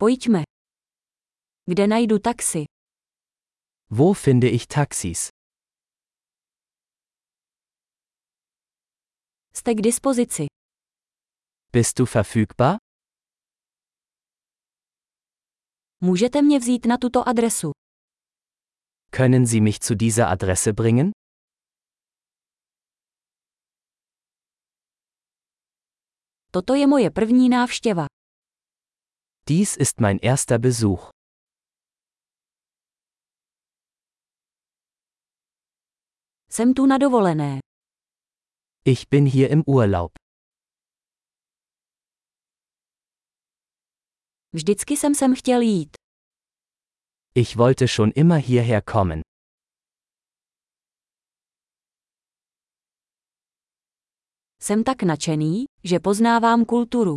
Pojďme. Kde najdu taxi? Wo finde ich Taxis? Jste k dispozici. Bist du verfügbar? Můžete mě vzít na tuto adresu. Können Sie mich zu dieser Adresse bringen? Toto je moje první návštěva. Dies ist mein erster Besuch. Jsem tu na dovolené. Ich bin hier im Urlaub. Vždycky jsem sem chtěl jít. Ich wollte schon immer hierher kommen. Jsem tak nadšený, že poznávám kulturu.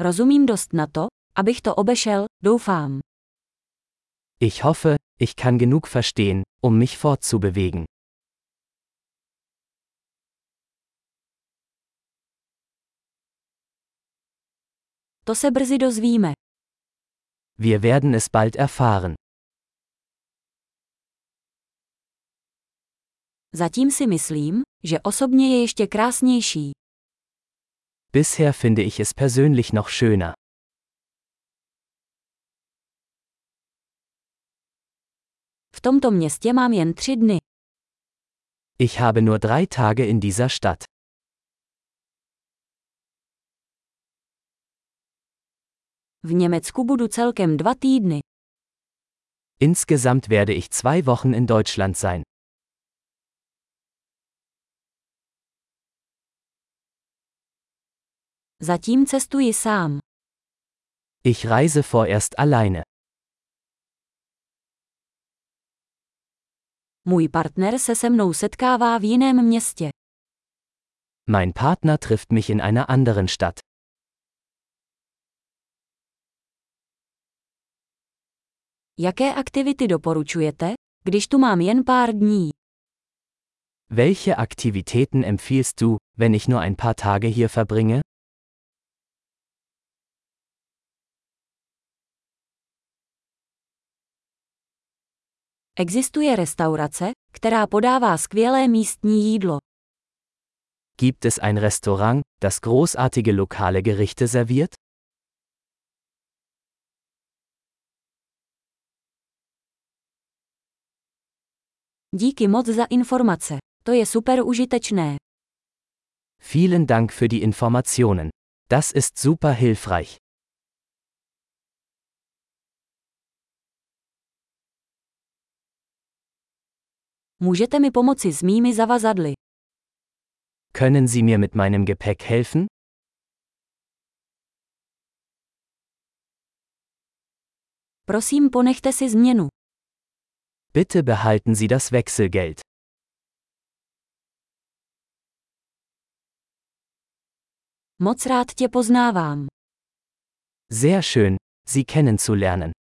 Rozumím dost na to, abych to obešel, doufám. Ich hoffe, ich kann genug verstehen, um mich fortzubewegen. To se brzy dozvíme. Wir werden es bald erfahren. Zatím si myslím, že osobně je ještě krásnější. Bisher finde ich es persönlich noch schöner. V tomto městě mám jen tři dny. Ich habe nur drei Tage in dieser Stadt. V Německu budu celkem dva týdny. Insgesamt werde ich zwei Wochen in Deutschland sein. Zatím cestuji sám. Ich reise vorerst alleine. Můj partner se se mnou setkává v jiném městě. Mein Partner trifft mich in einer anderen Stadt. Jaké aktivity doporučujete, když tu mám jen pár dní? Welche Aktivitäten empfiehlst du, wenn ich nur ein paar Tage hier verbringe? Existuje restaurace, která podává skvělé místní jídlo. Gibt es ein Restaurant, das großartige lokale Gerichte serviert? Díky moc za informace. To je super užitečné. Vielen Dank für die Informationen. Das ist super hilfreich. Můžete mi pomoci s mými zavazadly. Können Sie mir mit meinem Gepäck helfen? Prosím, ponechte si změnu. Bitte behalten Sie das Wechselgeld. Moc rád tě poznávám. Sehr schön, Sie kennenzulernen.